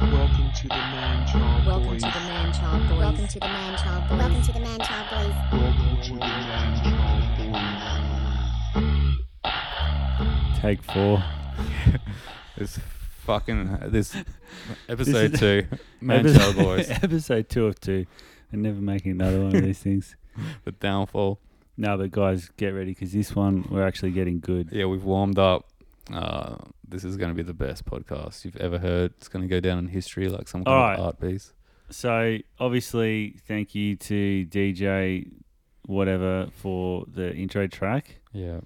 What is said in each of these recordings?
Welcome to the Man Child Welcome Boys. to the Man Child Boys. Welcome to the Man Child Boys. Welcome to the Man Child Boys. Welcome to the Man Child Boys. Take four. This fucking this episode is- two, Man Epis- Child Boys, episode two of two. And never making another one of these things. the downfall. No, but guys, get ready because this one we're actually getting good. Yeah, we've warmed up. Uh, this is going to be the best podcast you've ever heard. It's going to go down in history like some kind Alright. of art piece. So obviously, thank you to DJ whatever for the intro track, Yeah,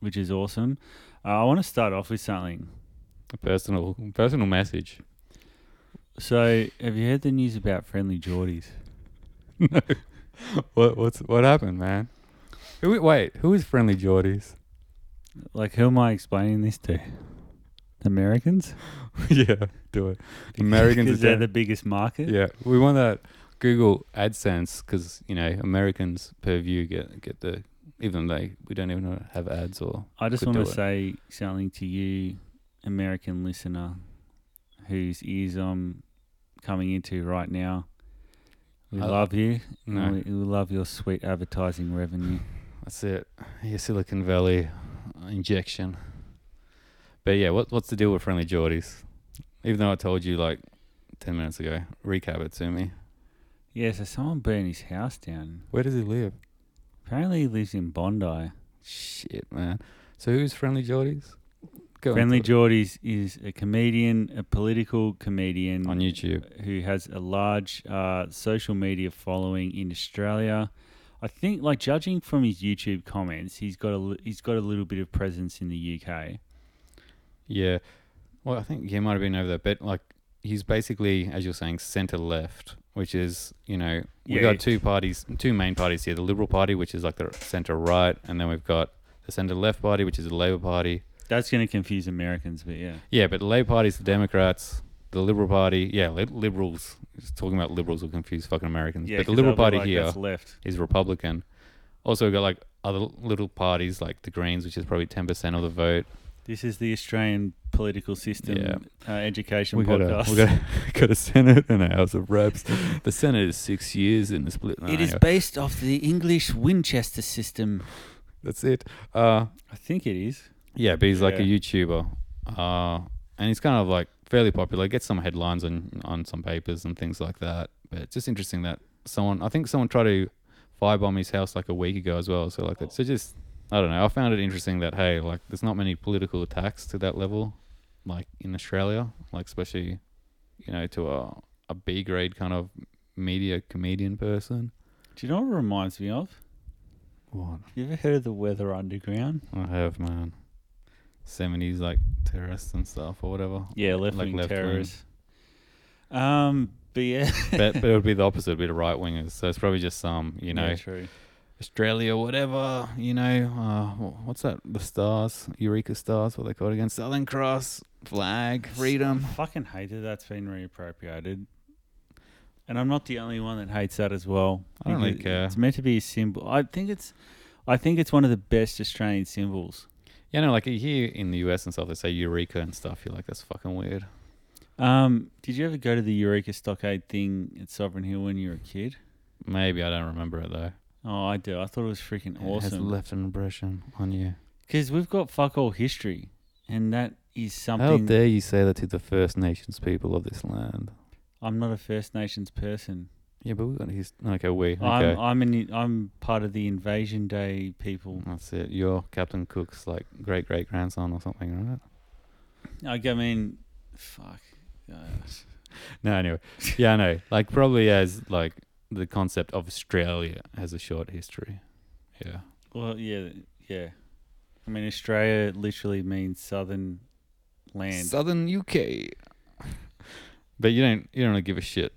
which is awesome. Uh, I want to start off with something. a personal personal message. So have you heard the news about Friendly Geordies? no, what what's what happened, man? Who wait? Who is friendly Geordies? Like, who am I explaining this to? Americans? yeah, do it. Americans because are they're the biggest market. Yeah, we want that Google AdSense because you know Americans per view get get the even they we don't even have ads or I just could want to do it. say something to you, American listener, whose ears I'm coming into right now. We I- love you. and Uh, no. We, we love your sweet advertising revenue. That's it. Your Silicon Valley injection. But yeah, what what's the deal with friendly Geordies? Even though I told you like ten minutes ago, recap it to me. Yeah, so someone burned his house down. Where does he live? Apparently, he lives in Bondi. Shit, man. So who's friendly Geordies? Go Friendly into Geordies is a comedian, a political comedian it. on YouTube. who has a large uh, social media following in Australia. I think, like judging from his YouTube comments, he's got a li- he's got a little bit of presence in the UK. Yeah. Well, I think you might have been over that, but like he's basically, as you're saying, centre left, which is you know we Yeah. got two parties, two main parties here: the Liberal Party, which is like the centre right, and then we've got the centre left party, which is the Labor Party. That's going to confuse Americans, but yeah, Yeah, but the Labor Party's the Democrats. The Liberal Party, yeah, li- liberals. Just talking about liberals will confuse fucking Americans. yeah. but the 'cause Liberal they'll be Party like, here that's left. is Republican. Also, we've got like other little parties like the Greens, which is probably 10% of the vote. This is the Australian political system Yeah. uh, education we got podcast. a we got a, got a senate and a house of reps. The senate is six years in the split. No, it is anyway, based off the English Winchester system. that's it. Uh, I think it is. yeah, but he's like a Yeah. YouTuber, uh, and he's kind of like fairly popular. Gets some headlines on on some papers and things like that. But it's just interesting that someone, I think someone tried to firebomb his house like a week ago as well. So like that. So just I don't know. I found it interesting that hey, like there's not many political attacks to that level, like in Australia, like especially you know to a a B grade kind of media comedian person. Do you know what it reminds me of? What You ever heard of the Weather Underground? I have man, seventies like terrorists and stuff or whatever. Yeah, left wing left-wing. terrorists. Um, but yeah, but, but it would be the opposite. It'd be the right wingers. So it's probably just some, you know, Yeah, true. Australia, whatever, you know, uh, wh- what's that? The stars, Eureka stars, what they called again? Southern Cross, flag, freedom. I fucking hate that that's been reappropriated. And I'm not the only one that hates that as well. I don't really Because care. It's meant to be a symbol. I think it's, I think it's one of the best Australian symbols. You know, like here in the US and stuff, they say Eureka and stuff. You're like, that's fucking weird. Um, did you ever go to the Eureka Stockade thing at Sovereign Hill when you were a kid? Maybe I don't remember it though. Oh, I do. I thought it was freaking It has awesome. left an impression on you. Because we've got fuck all history, and that is How something. dare you say that to the First Nations people of this land? I'm not a First Nations person. Yeah, but we got his. Okay, we. Okay. I'm I'm in, I'm part of the Invasion Day people. that's it. You're Captain Cook's like great great grandson or something, right? Like, I mean, fuck. Uh, No, anyway. Yeah, I know. Like probably as like the concept of Australia has a short history. Yeah. well, yeah, yeah. I mean, Australia literally means southern land. Southern UK. but you don't you don't really give a shit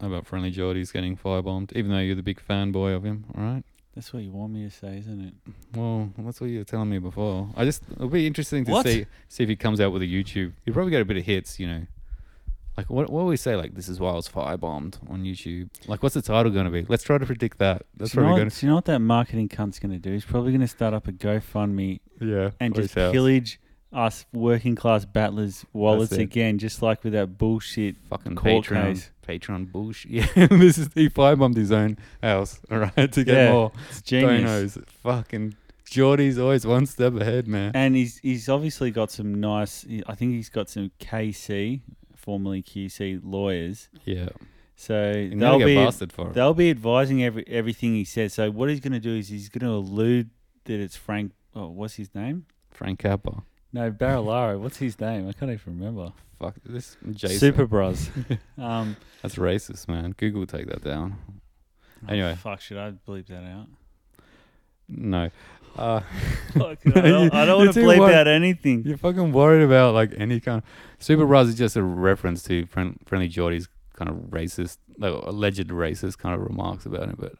about friendly Geordie's getting firebombed, even though you're the big fanboy of him, all right? That's what you want me to say, isn't it? Well, that's what you were telling me before. I just it'll be interesting to What? see see if he comes out with a YouTube. He probably got a bit of hits, you know. Like what what would we say? Like this is why I was firebombed on YouTube. Like what's the title going to be? Let's try to predict that. That's do, you know probably what, going. do you know what that marketing cunt's going to do? He's probably going to start up a GoFundMe to Yeah. and for just his house. pillage us working class battlers wallets it. again, just like with that bullshit. Fucking Court Patreon, case. Patreon bullshit. Yeah, this is he firebombed his own house. All right, to get Yeah, more It's genius. donos. Fucking Geordie's always one step ahead, man. And he's he's obviously got some nice. I think he's got some KC, formerly QC lawyers. Yeah, So and they'll they'll get be busted for it. they'll be advising every everything he says. So what he's going to do is he's going to allude that it's Frank. Oh, what's his name? Frank Capper. No, Barilaro. what's his name? I can't even remember. Fuck this, Jason. Super Bros. um, That's racist, man. Google will take that down. Anyway. fuck. Should I bleep that out? No. Uh, Fuck, I don't, I don't You're want to too bleep wor- out anything. You're fucking worried about like any kind. Of, Super Raz is just a reference to friend, friendly Geordie's kind of racist, like alleged racist kind of remarks about him, but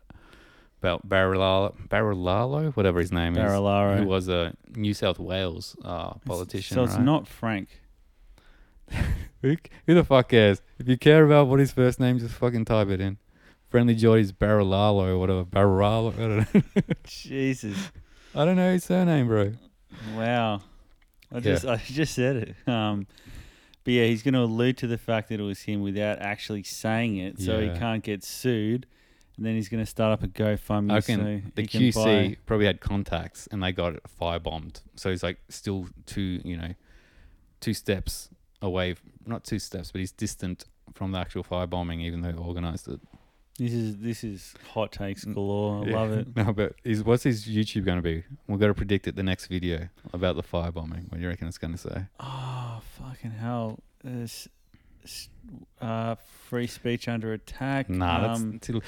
about Barilalo, Barilalo, whatever his name is, who Barilaro. was a New South Wales uh, politician. So it's right? not Frank. who, c- who the fuck cares? If you care about what his first name, just fucking type it in. Friendly Geordie's Barilalo or whatever. Barilalo. I don't know. Jesus. I don't know his surname, bro. Wow. I Yeah. just I just said it. Um but yeah, he's going to allude to the fact that it was him without actually saying it, so Yeah. he can't get sued. And then he's going to start up a GoFundMe. I so reckon the he can QC buy- probably had contacts and they got firebombed. So he's like still two, you know, two steps away. Not two steps, but he's distant from the actual firebombing, even though he organized it. This is this is hot takes Mm, galore. I Yeah. love it. No, but is what's his YouTube going to be? We're going to predict it the next video about the firebombing. What do you reckon it's going to say? Oh fucking hell! This, s- uh, free speech under attack. Nah, um, that's. It'll,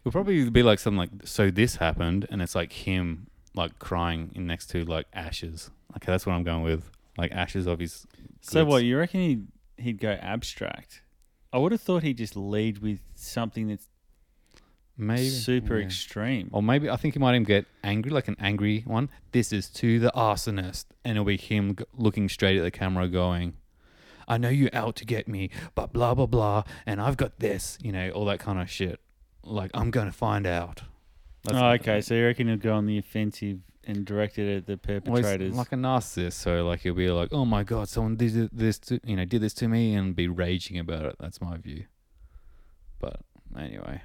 it'll probably be like something like, so this happened, and it's like him like crying in next to like ashes. Okay, that's what I'm going with. Like ashes of his so good. what you reckon he'd he'd go abstract? I would have thought he'd just lead with something that's maybe super yeah. extreme. Or maybe I think he might even get angry, like an angry one. This is to the arsonist, and it'll be him g- looking straight at the camera, going, "I know you're out to get me, but blah blah blah, and I've got this, you know, all that kind of shit. Like I'm gonna find out." That's- Oh, okay. So you reckon he'll go on the offensive and direct it at the Well, he's perpetrators? like a narcissist, so like he'll be like, "Oh my god, someone did th- this to you know did this to me," and be raging about it. That's my view. But anyway,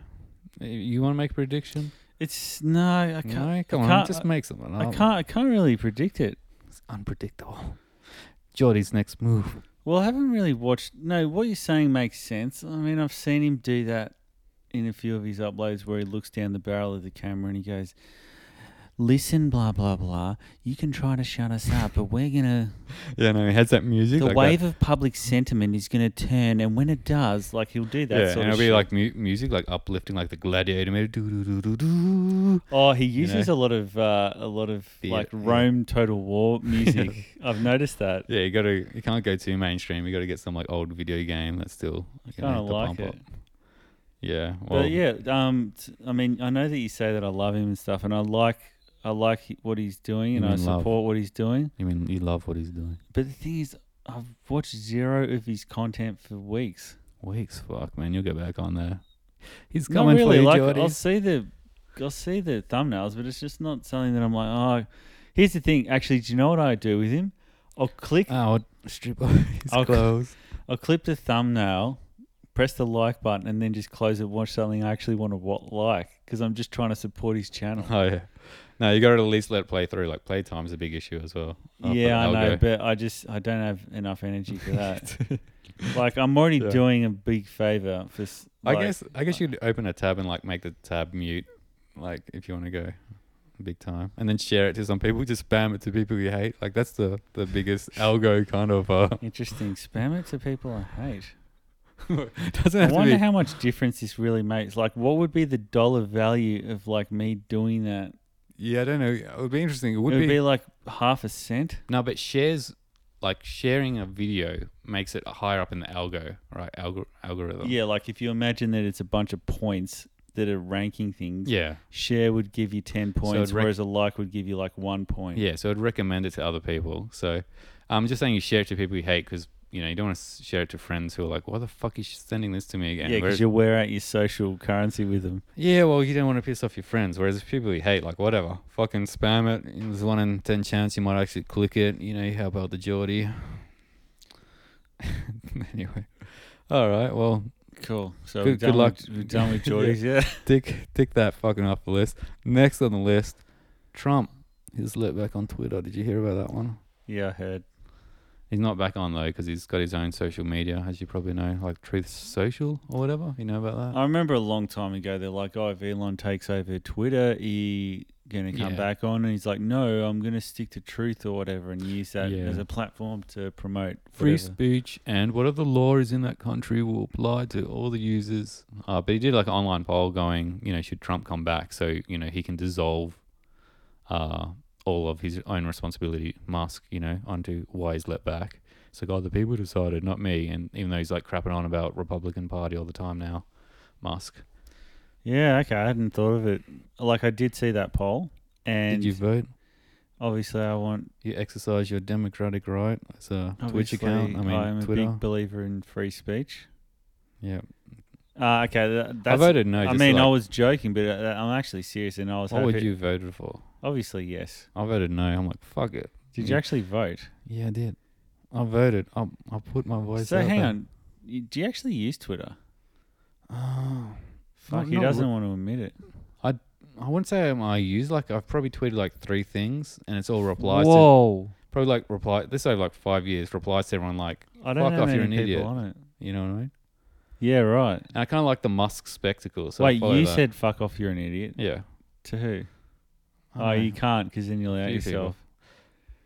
Y- you want to make a prediction? it's no, I can't. No, come I on, can't- just make something. I up. can't. I can't really predict it. It's unpredictable. Geordie's next move. Well, I haven't really watched. No, what you're saying makes sense. I mean, I've seen him do that in a few of his uploads where he looks down the barrel of the camera and he goes, "Listen, blah blah blah. You can try to shut us up, but we're gonna. Yeah, no, he has that music. The like wave that. of public sentiment is gonna turn, and when it does, like he'll do that. yeah, sort and of it'll be shit. like mu- music, like uplifting, like the gladiator. music, doo doo doo doo doo. Oh, he you know? uses a lot of uh, a lot of The- like yeah. Rome Total War music. I've noticed that. Yeah, you gotta, you can't go too mainstream. You gotta get some like old video game that's still you kinda know, to like pump it. up. Yeah, well, but yeah, um, t- I mean, I know that you say that I love him and stuff, and I like I like he- what he's doing, You and I mean support love. what he's doing. I mean, you love what he's doing. But the thing is, I've watched zero of his content for weeks. Weeks, fuck, man, you'll get back on there. He's Not coming really. for you, like Geordie. I'll see the I'll see the thumbnails, but it's just not something that I'm like, oh. Here's the thing. Actually, do you know what I do with him? I'll click Oh, strip off his I'll- clothes. I'll clip the thumbnail, press the like button, and then just close it. Watch something I actually want to wa- like because I'm just trying to support his channel. Oh yeah. No, you gotta at least let it play through. Like playtime's a big issue as well. I'll put- yeah, I I'll know, go. but I just I don't have enough energy for that. like I'm already Yeah. doing a big favor for. s- I like- uh, guess I guess you'd open a tab and like make the tab mute, like if you want to go big time, and then share it to some people. Just spam it to people you hate. Like that's the the biggest algo kind of. Uh, Interesting. Spam it to people I hate. doesn't I have to wonder be. how much difference this really makes. Like, what would be the dollar value of like me doing that? yeah, I don't know. It would be interesting. It would, it would be, be, like half a cent. no, but shares like sharing a video makes it higher up in the algo, right? Algo algorithm. Yeah, like if you imagine that it's a bunch of points that are ranking things. Yeah. share would give you 10 points, it'd rec- whereas a like would give you like one point. Yeah, so I'd recommend it to other people. So I'm just saying you share it to people you hate because you know, you don't want to share it to friends who are like, "Why the fuck is she sending this to me Yeah, again?" because Whereas- you wear out your social currency with them. yeah, well, you don't want to piss off your friends. Whereas if people you hate, like whatever, fucking spam it. There's one in ten chance you might actually click it. You know, you help out the Geordie. anyway, all right. Well, Cool. So Good- we're good done luck. With, we're done with Yeah. Geordies. yeah. tick tick that fucking off the list. Next on the list, Trump. He's lit back on Twitter. Did you hear about that one? Yeah, I heard. He's not back on though because he's got his own social media, as you probably know, like Truth Social or whatever. You know about that? I remember a long time ago they're like, "Oh, if Elon takes over Twitter, he gonna come Yeah. back on," and he's like, "No, I'm gonna stick to truth or whatever, and use that Yeah. as a platform to promote Free whatever." speech and whatever law is in that country will apply to all the users. Uh, but he did like an online poll going, you know, should Trump come back so you know he can dissolve uh, all of his own responsibility, Musk, you know, onto why he's let back. It's like, oh, the people decided, not me. And even though he's like crapping on about Republican Party all the time now, Musk. Yeah, okay, I hadn't thought of it. Like I did see that poll, and did you vote? obviously I want You exercise your democratic right as a Twitch obviously account. I mean, I'm a Twitter. big believer in free speech. yeah, Uh, okay, that, I that's. voted no. I just mean, like- I was joking, but uh, I'm actually serious, and I was. what would hoping- you voted for? Obviously, yes. I voted no. I'm like, fuck it. Did you actually vote? Yeah, I did. I voted. I I put my voice. so out hang there. on, You- do you actually use Twitter? Oh, Fuck, Not- he not doesn't re- want to admit it. I wouldn't say I'm- I use like I've probably tweeted like three things, and it's all replies. to Whoa, Probably like reply. This over like five years. Replies to everyone like, I don't fuck know off, you're many an people idiot. on it. You know what I mean? Yeah, right. And I kind of like the Musk spectacle. So I Wait, follow you that. said fuck off, you're an idiot. yeah. To who? I Oh, don't you know. can't because then you'll out Few people. yourself.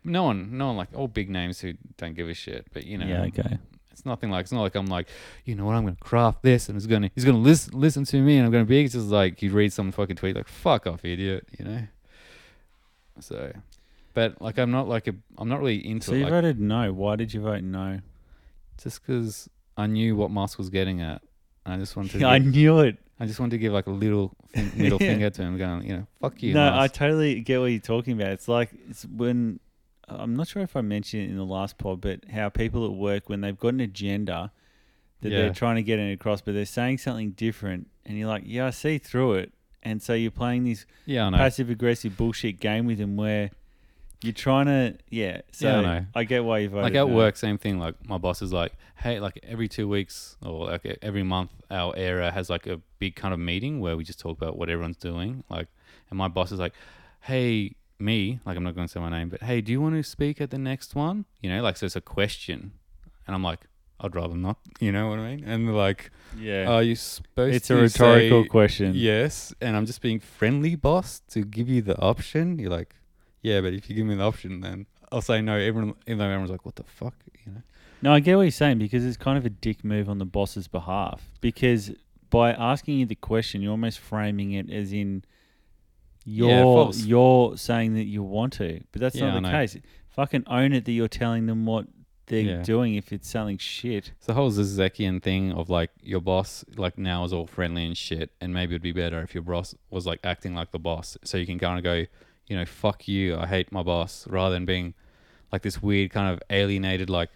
No one, no one like all big names who don't give a shit. But you know, Yeah, okay. It's nothing like it's not like I'm like, you know what, I'm gonna craft this and it's gonna he's gonna listen listen to me and I'm gonna be it's just like you read some fucking tweet like fuck off idiot, you know. So but like I'm not like a I'm not really into So it you like voted no. Why did you vote no? just because I knew what Musk was getting at. And I just wanted to I give, knew it. I just wanted to give like a little fin- middle Yeah. finger to him going, you know, fuck you. no, I Musk. totally get what you're talking about. It's like it's when I'm not sure if I mentioned it in the last pod, but how people at work when they've got an agenda that Yeah. they're trying to get it across, but they're saying something different, and you're like, yeah, I see through it. And so you're playing this yeah, I know. passive aggressive bullshit game with him where you're trying to yeah. So Yeah, I know. I get why you voted. like at no. work, same thing. Like my boss is like, hey, like every two weeks or like e-, every month, our era has like a big kind of meeting where we just talk about what everyone's doing. Like, and my boss is like, hey, me, like I'm not going to say my name, but hey, do you want to speak at the next one? You know, like so it's a question, and I'm like, I'd rather not. You know what I mean? And they're like, Yeah, are you supposed? it's a to rhetorical say question. Yes, and I'm just being friendly, boss, to give you the option. You're like, yeah, but if you give me the option, then I'll say no. Everyone, even though everyone's like, what the fuck, you know. No, I get what you're saying because it's kind of a dick move on the boss's behalf. Because by asking you the question, you're almost framing it as in you're false. you're saying that you want to, but that's Yeah, not the I know. case. Fucking own it that you're telling them what they're Yeah. doing if it's selling shit. It's the whole Zizekian thing of like your boss, like now is all friendly and shit, and maybe it'd be better if your boss was like acting like the boss, so you can kind of go, you know, fuck you, I hate my boss, rather than being like this weird kind of alienated, like,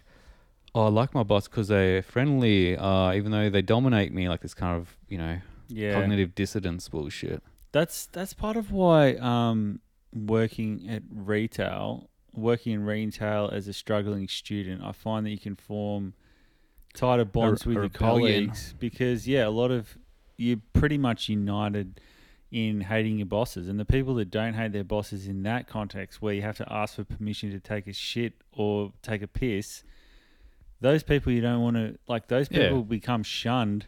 oh, I like my boss because they're friendly, uh, even though they dominate me, like this kind of, you know, Yeah, cognitive dissonance bullshit. that's that's part of why um, working at retail, working in retail as a struggling student, I find that you can form tighter bonds with your rebellion. colleagues because yeah, a lot of you're pretty much united in hating your bosses and the people that don't hate their bosses in that context where you have to ask for permission to take a shit or take a piss those people you don't want to like those Yeah. people become shunned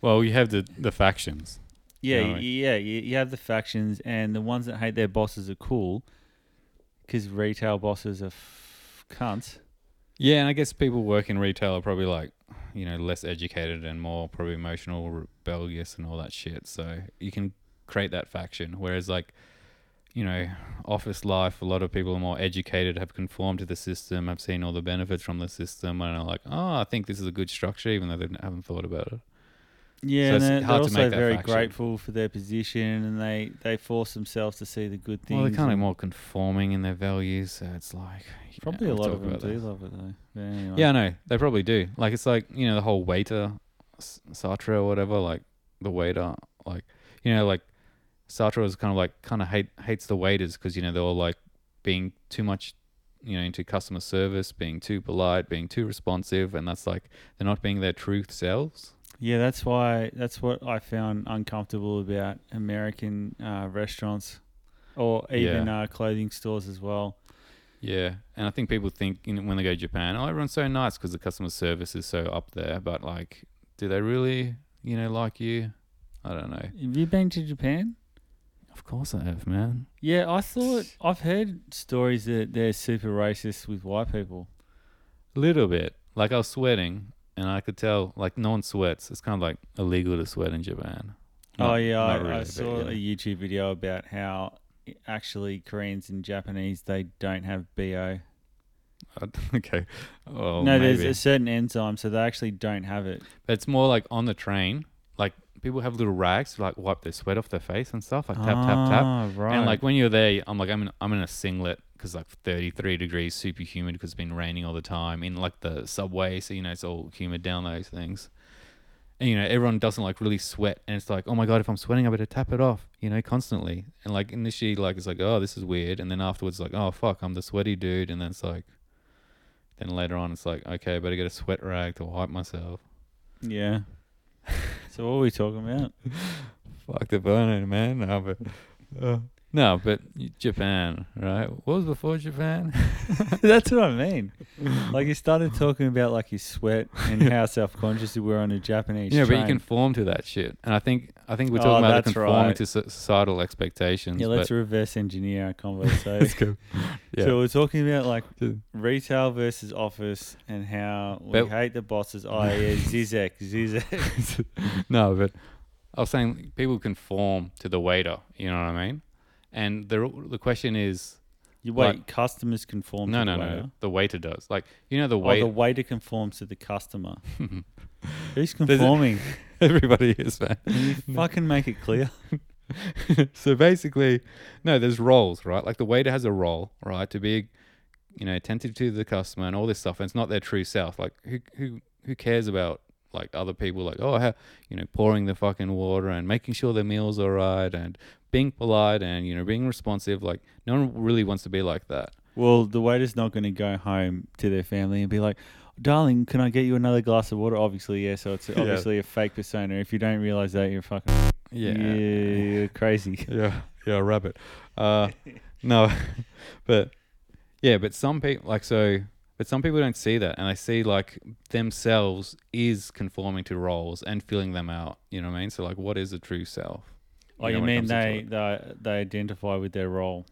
Well, you have the the factions. yeah, know, y- yeah. You, you have the factions, and the ones that hate their bosses are cool because retail bosses are f- cunts. Yeah, and I guess people work in retail are probably like, you know, less educated and more probably emotional, rebellious, and all that shit. So you can create that faction. Whereas, like, you know, office life, a lot of people are more educated, have conformed to the system, have seen all the benefits from the system, and are like, oh, I think this is a good structure, even though they haven't thought about it. Yeah, So and it's they're, hard they're to also make that very faction. grateful for their position, and they they force themselves to see the good things. Well, they're kind of and more conforming in their values, so it's like yeah, Probably a we'll lot talk of them about do that. love it though. But anyway. Yeah, I know. They probably do. Like it's like, you know, the whole waiter S- Sartre or whatever, like the waiter, like you know, like Sartre is kind of like kind of hate hates the waiters because you know they're all like being too much, you know, into customer service, being too polite, being too responsive, and that's like they're not being their truth selves. Yeah, that's why. That's what I found uncomfortable about American uh, restaurants, or even uh, clothing stores as well. Yeah, and I think people think you know, when they go to Japan, oh, everyone's so nice because the customer service is so up there, but like, do they really, you know, like you? I don't know. Have you been to Japan? Of course I have, man. Yeah, I thought I've heard stories that they're super racist with white people. little bit. Like I was sweating, and I could tell like no one sweats. It's kind of like illegal to sweat in Japan. Not- oh yeah, I, not really, I but, saw yeah. a YouTube video about how actually Koreans and Japanese they don't have bo. okay. Oh, no, maybe. there's a certain enzyme, so they actually don't have it. But it's more like on the train. Like people have little rags to like wipe their sweat off their face and stuff. Like tap tap tap. Ah, Right. And like when you're there, I'm like I'm in I'm in a singlet because like 33 degrees, super humid because it's been raining all the time in like the subway, so you know it's all humid down those things. And you know everyone doesn't like really sweat, and it's like oh my god, if I'm sweating, I better tap it off, you know, constantly. And like initially, like it's like oh this is weird, and then afterwards like oh fuck, I'm the sweaty dude, and then it's like. Then later on, it's like, okay, better get a sweat rag to wipe myself. yeah. so what are we talking about? Fuck the burner, man. No, but, uh, no, but Japan, right? What was before Japan? That's what I mean. Like you started talking about like your sweat and how self conscious you were on a Japanese. Yeah, but you train. conform to that shit. And I think I think we're Oh, talking about the that's conforming right. to so- societal expectations. Yeah, let's but reverse engineer our convo. So, let's go. Yeah. so we're talking about like Yeah. retail versus office and how we But- hate the bosses. Oh yeah, Zizek, Zizek. no, but I was saying people conform to the waiter. You know what I mean? And the r- the question is, You wait, Like- customers conform no, to no, the no. waiter. The waiter does. Like you know, the Or the waiter. waiter conforms to the customer. Who's a- conforming? Everybody is man. Fucking make it clear. so basically, no, there's roles, right? Like the waiter has a role, right, to be, you know, attentive to the customer and all this stuff. And it's not their true self. Like who who who cares about like other people? Like oh, how, you know, pouring the fucking water and making sure their meals are right and being polite and you know being responsive. Like no one really wants to be like that. Well, the waiter's not going to go home to their family and be like, "Darling, can I get you another glass of water?" Obviously, yeah. So it's obviously a fake persona. If you don't realize that, you're fucking yeah, you're crazy. yeah, yeah, rabbit. Uh, no, but yeah, but some people like so, but some people don't see that, and they see like themselves is conforming to roles and filling them out. You know what I mean? So like, what is a true self? Oh, know, you when it mean comes to they, it. they they identify with their role?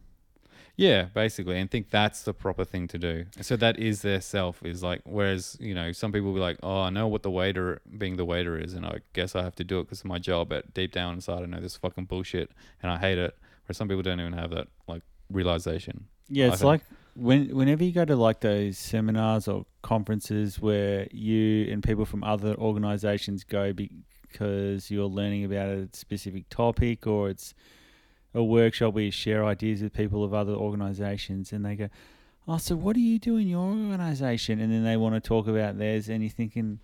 Yeah, basically, and think that's the proper thing to do. So that is their self. Is like, whereas you know, some people be like, oh, I know what the waiter being the waiter is, and I guess I have to do it because it's my job. But deep down inside, I know this is fucking bullshit, and I hate it. Where some people don't even have that like realization. Yeah, I it's think. like when whenever you go to like those seminars or conferences where you and people from other organizations go because you're learning about a specific topic or it's a workshop where you share ideas with people of other organizations and they go, "Oh, so what do you do in your organization?" And then they want to talk about theirs and you're thinking,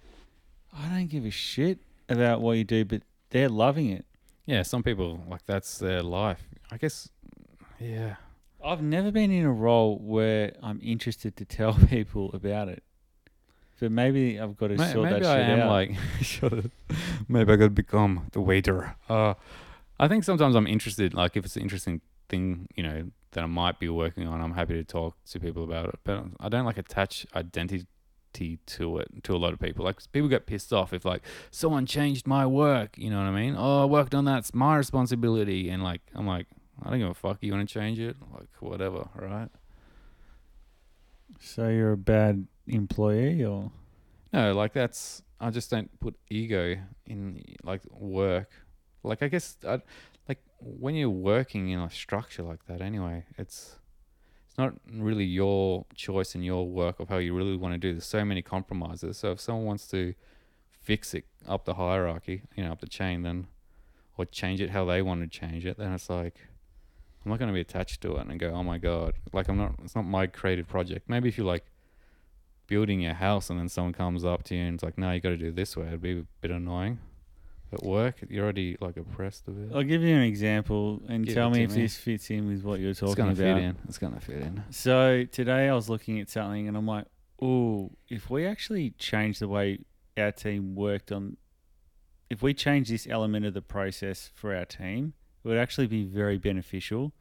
"I don't give a shit about what you do, but they're loving it." Yeah, some people like that's their life. I guess. Yeah. I've never been in a role where I'm interested to tell people about it. But maybe I've got to May- sort that maybe shit I am out. like, shut it. Maybe I could become the waiter. Uh, I think sometimes I'm interested. Like, if it's an interesting thing, you know, that I might be working on, I'm happy to talk to people about it. But I don't like attach identity to it to a lot of people. Like, people get pissed off if like someone changed my work. You know what I mean? Oh, I worked on that. It's my responsibility. And like, I'm like, I don't give a fuck. You want to change it? Like, whatever, right? so you're a bad employee, or No, like that's I just don't put ego in like work. Like I guess I like when you're working in a structure like that anyway, it's it's not really your choice and your work of how you really want to do. There's so many compromises. So if someone wants to fix it up the hierarchy, you know, up the chain, then or change it how they want to change it, then it's like I'm not going to be attached to it and go, oh my god, like I'm not. It's not my creative project. Maybe if you like building your house and then someone comes up to you and it's like, no, you got to do it this way. It'd be a bit annoying. At work, you're already like oppressed of it. I'll give you an example and Give tell it me to if me. this fits in with what you're it's talking gonna about. fit in. It's gonna fit in. So today I was looking at something and I'm like, oh, if we actually change the way our team worked on, if we change this element of the process for our team, it would actually be very beneficial.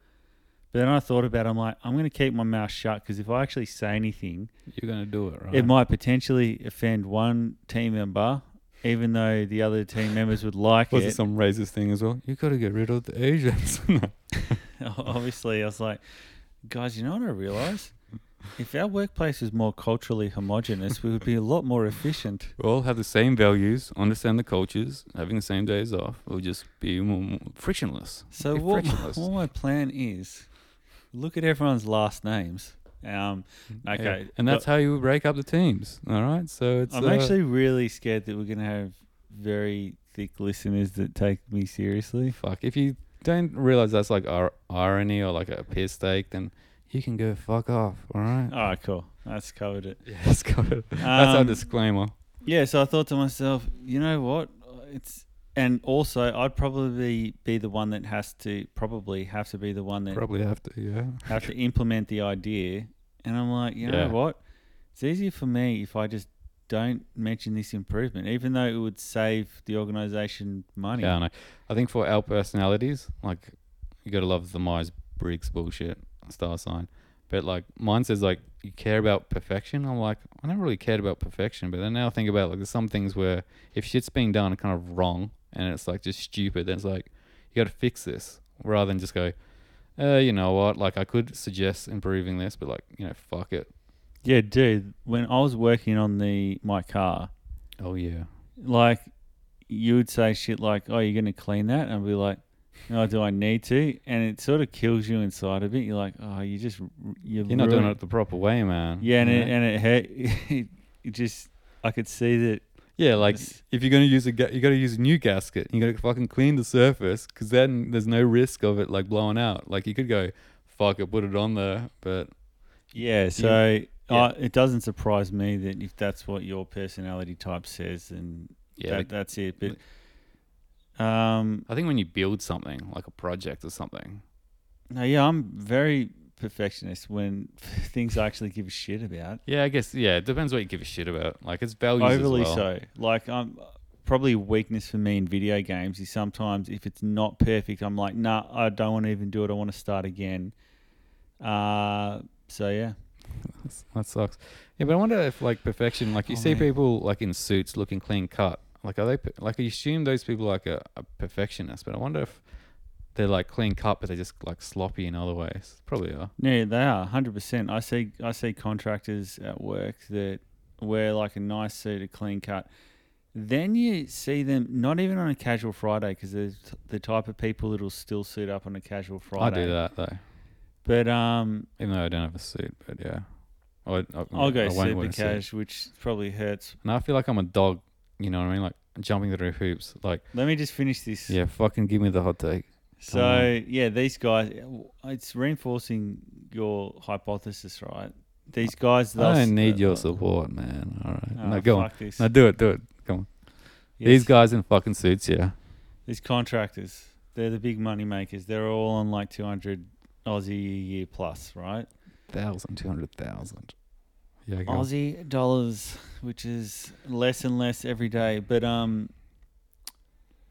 But then I thought about, it, I'm like, I'm going to keep my mouth shut because if I actually say anything, You're gonna do it, right? it might potentially offend one team member, even though the other team members would like Was it. it some racist thing as well? You got to get rid of the Asians. obviously I was like, guys, you know what I realized? If our workplace was more culturally homogenous, we would be a lot more efficient. we all have the same values, understand the cultures, having the same days off. We'll just be more, more frictionless. So Be what, my- frictionless. what my plan is, look at everyone's last names. Um, Yeah. okay, And that's but how you break up the teams. All right. So it's. I'm uh, actually really scared that we're gonna have very thick listeners that take me seriously. uh, fuck. If you don't realize that's like ir- irony or like a piss take, then you can go fuck off. All right. All right, cool. That's covered it. Yeah, that's got it. that's our Um, disclaimer. Yeah, so I thought to myself, you know what? It's and also I'd probably be the one that has to probably have to be the one that Probably have to. Yeah. have to implement the idea. And I'm like, you Yeah. know what? It's easier for me if I just don't mention this improvement, even though it would save the organization money. Yeah, I know. I think for our personalities, like you gotta love the Myers Briggs bullshit star sign. But like mine says like you care about perfection. I'm like, I never really cared about perfection, but then now I think about it, like there's some things where if shit's being done kind of wrong and it's like just stupid, then it's like you gotta fix this rather than just go, uh, you know what, like I could suggest improving this, but like, you know, fuck it. yeah, dude. When I was working on the my car, Oh yeah. like you would say shit like, "Oh, you're gonna clean that," and I'd be like, "No, do I need to?" And it sort of kills you inside a bit. You're like, "Oh, you just you're, You're not doing ruined- it the proper way, man. Yeah, and you it, know? and it hurt. It, just I could see that. Yeah, like It's- if you're gonna use a, ga- you gotta use a new gasket. You gotta fucking clean the surface, cause then there's no risk of it like blowing out. Like you could go, fuck it, put it on there, but Yeah, so yeah. I, it doesn't surprise me that if that's what your personality type says, then yeah, that, that's it. But um, I think when you build something like a project or something, no, yeah, I'm very perfectionist when things I actually give a shit about. yeah, I guess yeah, it depends what you give a shit about. Like it's values Overly as well. so. Like I'm probably a weakness for me in video games is sometimes if it's not perfect, I'm like, nah, I don't want to even do it. I want to start again. Uh, so yeah, That's- That sucks. Yeah, but I wonder if like perfection, like you Oh, see man. people like in suits looking clean cut. Like are they pe- like you assume those people like a, a perfectionist, but I wonder if they're like clean cut, but they're just like sloppy in other ways. Probably are. Yeah, they are hundred percent. I see. I see contractors at work that wear like a nice suit, a clean cut. Then you see them not even on a casual Friday because they're t- the type of people that'll still suit up on a casual Friday. I do that though. But um, Even though I don't have a suit, but yeah. I, I, I'll go I won't wear super a suit. cash, which probably hurts. And I feel like I'm a dog, you know what I mean? Like jumping through hoops. Like, Let me just finish this. yeah, fucking give me the hot take. So yeah, these guys. It's reinforcing your hypothesis, right? These guys. they'll I s- don't need your they'll- support, man. All right. Ah, no, go on. fuck this. No, do it, do it. These Yes. guys in fucking suits, yeah. These contractors, they're the big money makers. They're all on like 200 Aussie a year plus, right? Thousand, two hundred thousand. Yeah, go on. Aussie dollars, which is less and less every day. But um,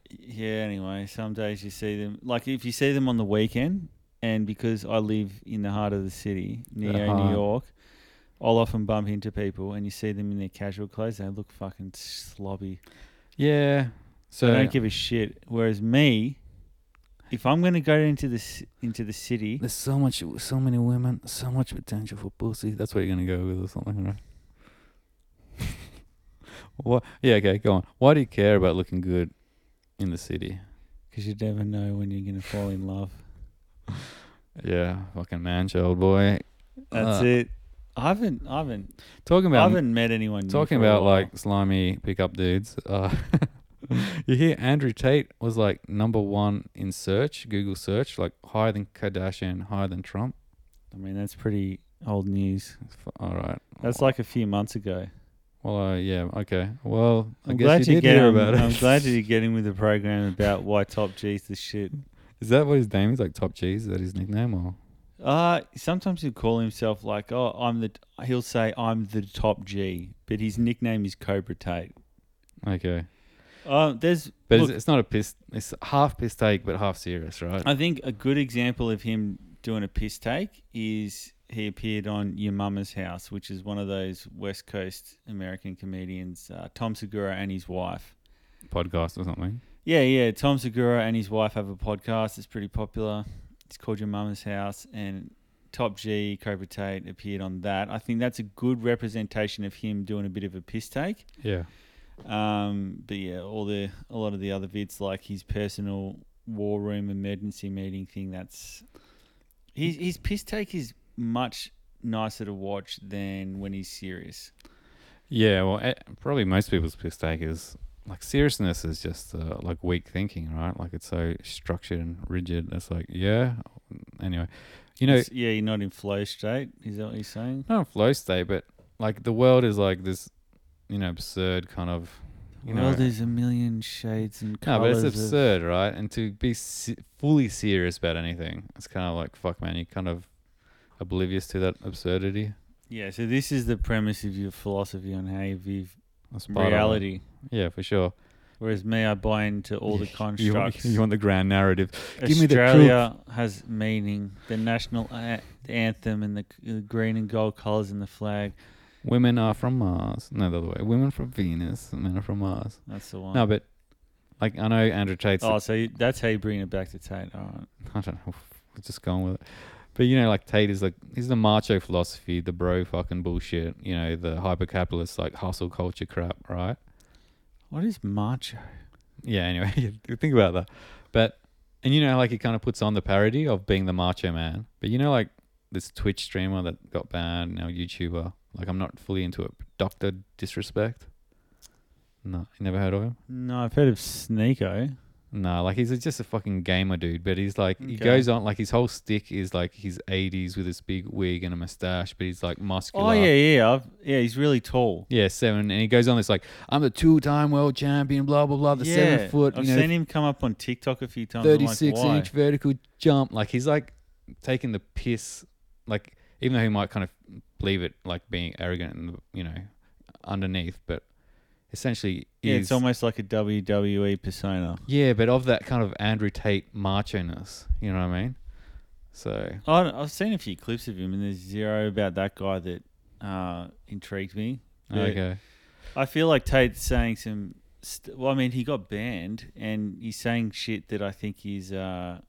yeah. Anyway, some days you see them. Like if you see them on the weekend, and because I live in the heart of the city, near Uh-huh. New York, I'll often bump into people, and you see them in their casual clothes. They look fucking slobby. Yeah. So I don't give a shit. Whereas me, if I'm going to go into the ci- into the city, there's so much so many women, so much potential for pussy. That's what you're gonna go with or something, right? what yeah, okay, go on. Why do you care about looking good in the city? because you never know when you're going to fall in love. Yeah, fucking man child boy. That's Uh, it. I haven't, I haven't, Talking I about haven't met anyone. new Talking for a about while. like slimy pickup dudes, uh, you hear Andrew Tate was like number one in search, Google search, like higher than Kardashian, higher than Trump. I mean, that's pretty old news. F- All right. That's like a few months ago. Well, uh, yeah, okay. Well, I I'm guess glad you you did get hear him- about it. I'm glad you get in with the program about why Top G's the shit. Is that what his name is? Like Top G? Is that his nickname? Or Uh sometimes he'll call himself like, oh, I'm the. He'll say I'm the Top G, but his nickname is Cobra Tate. okay, Uh, there's, but look, it's, it's not a piss. It's half piss take, but half serious, right? I think a good example of him doing a piss take is he appeared on Your Mama's House, which is one of those West Coast American comedians, uh, Tom Segura and his wife. Podcast or something. Yeah, yeah. Tom Segura and his wife have a podcast. It's pretty popular. It's called Your Mama's House, and Top G Cobra Tate appeared on that. I think that's a good representation of him doing a bit of a piss take. Yeah. Um, but yeah, all the a lot of the other vids, like his personal war room emergency meeting thing, that's his his piss take is much nicer to watch than when he's serious. Yeah, well, eh, probably most people's mistake is like seriousness is just uh, like weak thinking, right? Like it's so structured and rigid. It's like, yeah. Anyway, you know, It's- yeah, you're not in flow state. Is that what you're saying? not a flow state, but like the world is like this, you know, absurd kind of, you know, well, there's a million shades and no, but colors. it's absurd, right? And to be se- fully serious about anything, it's kind of like fuck, man. You're kind of oblivious to that absurdity. Yeah, so this is the premise of your philosophy on how you view That's part of it. reality. Yeah, for sure. Whereas me, I buy into all the You constructs. want, you want the grand narrative. give me the truth. Australia has meaning. The national a- anthem and the, c- the green and gold colors in the flag. Women are from Mars. No, the other way. Women from Venus. Men are from Mars. That's the one. No, but like I know Andrew Tate's. oh, so you, that's how you bring it back to Tate. All right. I don't know. We're just going with it. But you know, like Tate is like he's the macho philosophy, the bro fucking bullshit. You know, the hyper capitalist like hustle culture crap, right? What is macho? Yeah. Anyway, you think about that. But and you know, like he kind of puts on the parody of being the macho man. But you know, like this Twitch streamer that got banned, now YouTuber. Like I'm not fully into it. Doctor Disrespect. No, you never heard of him. No, I've heard of Sneeko. No, like he's a, just a fucking gamer dude, but he's like he Okay. goes on like his whole stick is like his 80s with his big wig and a mustache, but he's like muscular. Oh yeah, yeah, I've, yeah. He's really tall. Yeah, seven, and he goes on this like I'm the two-time world champion, blah blah blah, the yeah, seven foot, I've you know, seen him come up on TikTok a few times. I'm like, 36 why? inch vertical jump. Like he's like taking the piss, like even though he might kind of believe it, like being arrogant and you know underneath, but essentially Yeah, is it's almost like a WWE persona. yeah, but of that kind of Andrew Tate macho-ness, you know what I mean? So I, I've seen a few clips of him, and there's zero about that guy that uh, intrigued me. Uh, But Okay. I feel like Tate's saying some. St- well, I mean, he got banned, and he's saying shit that I think is. Uh,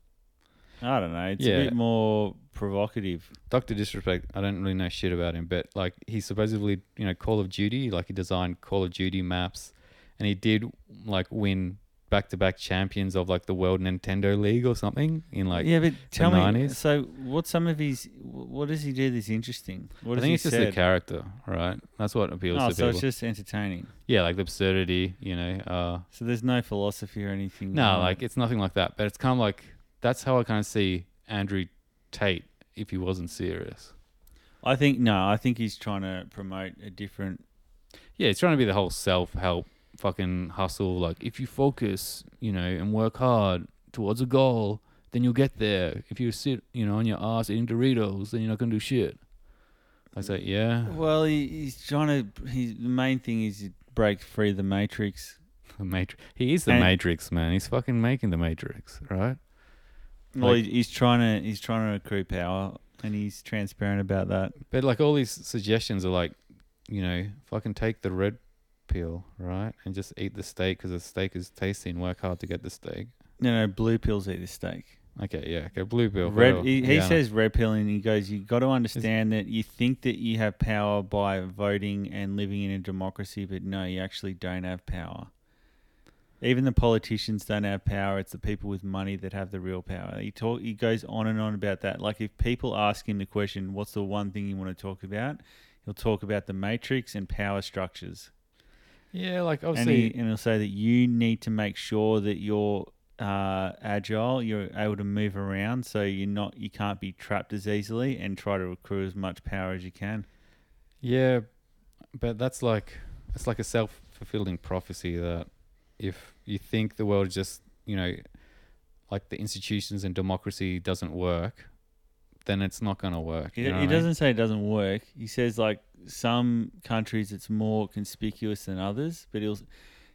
I don't know. It's Yeah. a bit more provocative. Doctor Disrespect, I don't really know shit about him, but like he supposedly, you know, Call of Duty, like he designed Call of Duty maps and he did like win back to back champions of like the World Nintendo League or something in like yeah, but tell me. 90s? So, what's some of his? wh- What does he do that's interesting? What I does think he it's just the said? character, right? That's what appeals Oh, to so people. it's just entertaining. yeah, like the absurdity, you know. Uh So there's no philosophy or anything. no, behind like it. it's nothing like that. But it's kinda like that's how I kinda see Andrew Tate if he wasn't serious. I think no. I think he's trying to promote a different Yeah, it's trying to be the whole self help fucking hustle. Like, if you focus, you know, and work hard towards a goal, then you'll get there. If you sit, you know, on your ass eating Doritos, then you're not gonna do shit. I say, yeah, Well, he, he's trying to. He's, the main thing is to break free the matrix. the Matrix. He is the And- Matrix, man. He's fucking making the Matrix, right? Well, Like- he, he's trying to. He's trying to accrue power, and he's transparent about that. But like all these suggestions are like, you know, fucking take the red pill, right, and just eat the steak because the steak is tasty and work hard to get the steak. No, no, blue pills eat the steak. Okay, yeah, okay, blue pill. Red. whatever. He, he Yeah, I know. says red pill, and he goes, "You got to understand that you think that you have power by voting and living in a democracy, but no, you actually don't have power." Even the politicians don't have power. It's the people with money that have the real power. He talk. He goes on and on about that. Like if people ask him the question, "What's the one thing you want to talk about?" He'll talk about the matrix and power structures, Yeah, like and, obviously, he, and he'll say that you need to make sure that you're uh, agile. You're able to move around, so you're not. You can't be trapped as easily, and try to accrue as much power as you can. yeah, but that's like it's like a self fulfilling prophecy that if you think the world is just you know like the institutions and democracy doesn't work, then it's not gonna work. He, you know he what I mean? doesn't say it doesn't work. He says like some countries it's more conspicuous than others, but he'll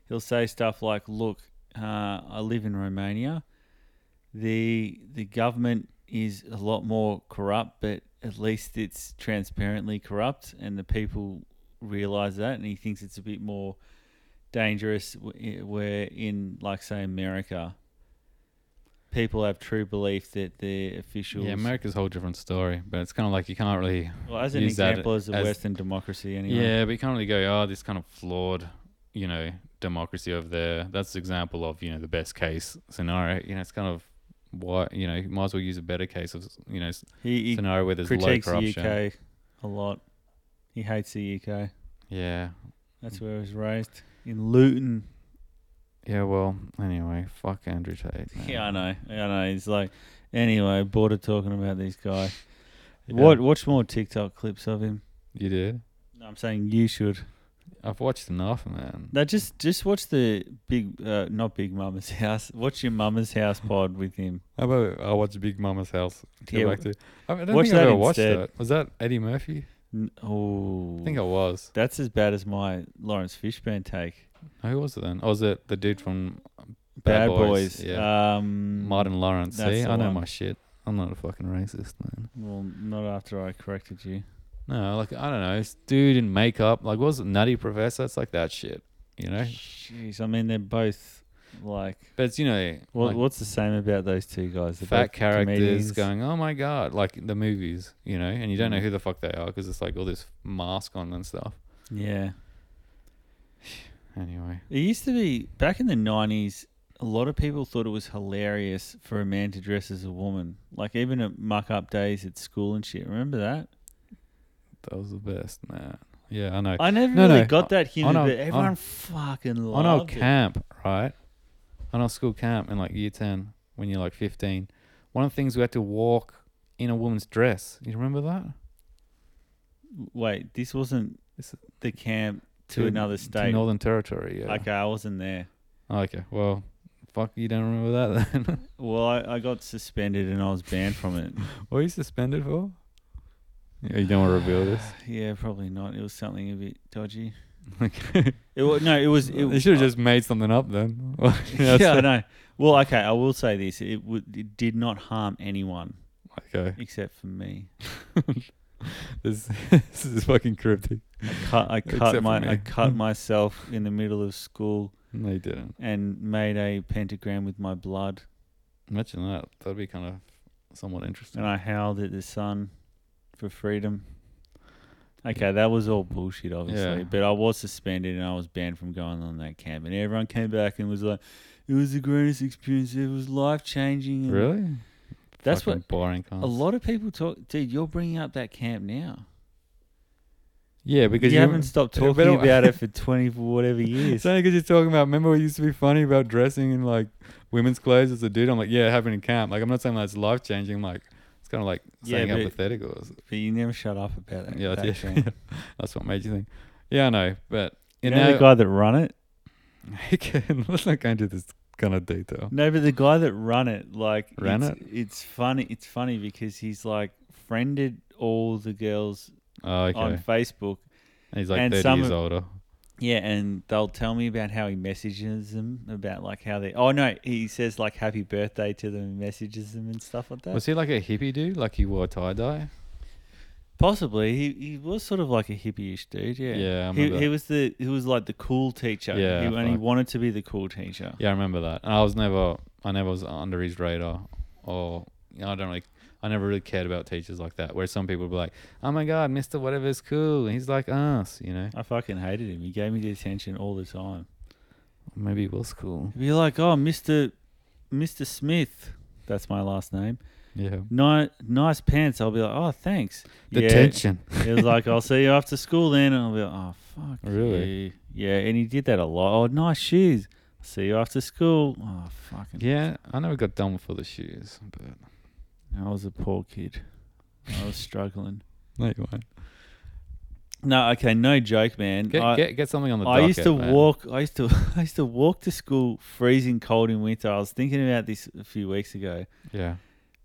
he'll say stuff like, "Look, uh, I live in Romania. the The government is a lot more corrupt, but at least it's transparently corrupt, and the people realize that." And he thinks it's a bit more dangerous. w- i- Where in like say America, people have true belief that their officials Yeah, America's a whole different story, but it's kind of like you can't really. well, as an use that example, as a as- Western democracy, anyway. Yeah, but you can't really go, oh, this kind of flawed, you know, democracy over there. That's the example of you know the best case scenario. You know, it's kind of why you know you might as well use a better case of you know s- he, he scenario where there's low critiques the corruption. UK a lot. He hates the UK. Yeah, That's where he was raised in Luton. yeah. Well, anyway, fuck Andrew Tate. man. Yeah, I know. I know. He's like, anyway, bored of talking about this guy. Yeah. What? Watch more TikTok clips of him. you did? No, I'm saying you should. I've watched enough, man. No, just just watch the big, uh, not Big Mama's house. Watch your Mama's house pod with him. How about I watch Big Mama's House? Go Yeah, back to. I don't watch think I that ever watched instead. that. Was that Eddie Murphy? N- Oh, I think I was. that's as bad as my Lawrence Fishburne take. Who was it then? Oh, was it the dude from Bad, Boys. Yeah. Um, Martin Lawrence. That's See, the I know one. my shit. I'm not a fucking racist, man. Well, not after I corrected you. No, like I don't know, this dude in makeup. Like, what was it Nutty Professor? It's like that shit, you know. Jeez, I mean they're both like. But it's you know, What, like what's the same about those two guys? They're fat both characters comedians. going, "Oh my god!" Like the movies, you know, and you don't know Mm. who the fuck they are because it's like all this mask on and stuff. Yeah, Anyway, it used to be back in the nineties. A lot of people thought it was hilarious for a man to dress as a woman, like even at muck up days at school and shit. Remember that? that was the best, man. Yeah, I know. I never No, really no, got that humor, on our- but on- everyone fucking on our loved it. camp, right? On our school camp in like year 10, when you're like 15, one of the things we had to walk in a woman's dress. You remember that? Wait, this wasn't This- the camp to, another state. To Northern Territory, yeah. Okay, I wasn't there. Okay, well, fuck, you don't remember that then? Well, I, I got suspended and I was banned from it. what are you suspended for? Yeah, you don't want to reveal this. Uh, yeah, probably not. It was something a bit dodgy. Okay. It was, no, it was. It, You should have just made something up then. That's- yeah, I know. Well, okay, I will say this: it, w- it did not harm anyone Okay. except for me. This, this is fucking cryptic. I cut, I Except for cut my, I me. cut myself in the middle of school No, you didn't. and made a pentagram with my blood, Imagine that. That'd be kind of somewhat interesting. and I howled at the sun for freedom. Okay, that was all bullshit, obviously. Yeah. But I was suspended and I was banned from going on that camp. And everyone came back and was like, "It was the greatest experience. It was life changing." Mm. Really? That's Fucking what boring. A cunts. lot of people talk, dude. You're bringing up that camp now Yeah, because because you, haven't stopped Yeah, but talking don't- about it for twenty for whatever years. It's only because you're talking about. Remember, what used to be funny about dressing in like women's clothes as a dude. I'm like, yeah, it happened in camp. Like, I'm not saying that's life changing. I'm like, it's kind of like Yeah, saying but- how pathetic it was. But you never shut up about that. Yeah, that that's, yeah, camp. that's what made you think. Yeah, I know, but You you know know, the guy that run it. okay, let's not go into this kind of detail. No, but the guy that run it, like, Ran it's, It's funny. It's funny because he's like friended all the girls Oh, okay. on Facebook. And he's like and 30 some years of- older. Yeah, and they'll tell me about how he messages them about like how they. Oh no, he says like happy birthday to them, and messages them and stuff like that. Was he like a hippie dude? Like he wore tie dye? Possibly, he, he was sort of like a hippie-ish dude. Yeah, Yeah, I He, remember he that. was the he was like the cool teacher. Yeah, he, and he fuck. wanted to be the cool teacher. Yeah, I remember that. And I was never, I never was under his radar, or you know, I don't really, I never really cared about teachers like that. Where some people would be like, "Oh my God, Mister Whatever's cool," and he's like us, you know. I fucking hated him. He gave me the attention all the time. Maybe it was cool. You'd be like, oh, Mister, Mister Smith. That's my last name. Yeah. Ni- nice pants. I'll be like, oh, thanks. Yeah. Detention. It was like, I'll see you after school then. And I'll be like, oh, fuck. Really? you." Yeah. And he did that a lot. Oh, nice shoes. See you after school. Oh, fucking. Yeah, I never got done for the shoes, but I was a poor kid. I was struggling. no, you won't. No, okay, no joke, man. Get, I, get, get something on the. I used to docket, man. walk. I used to. I used to walk to school freezing cold in winter. I was thinking about this a few weeks ago Yeah.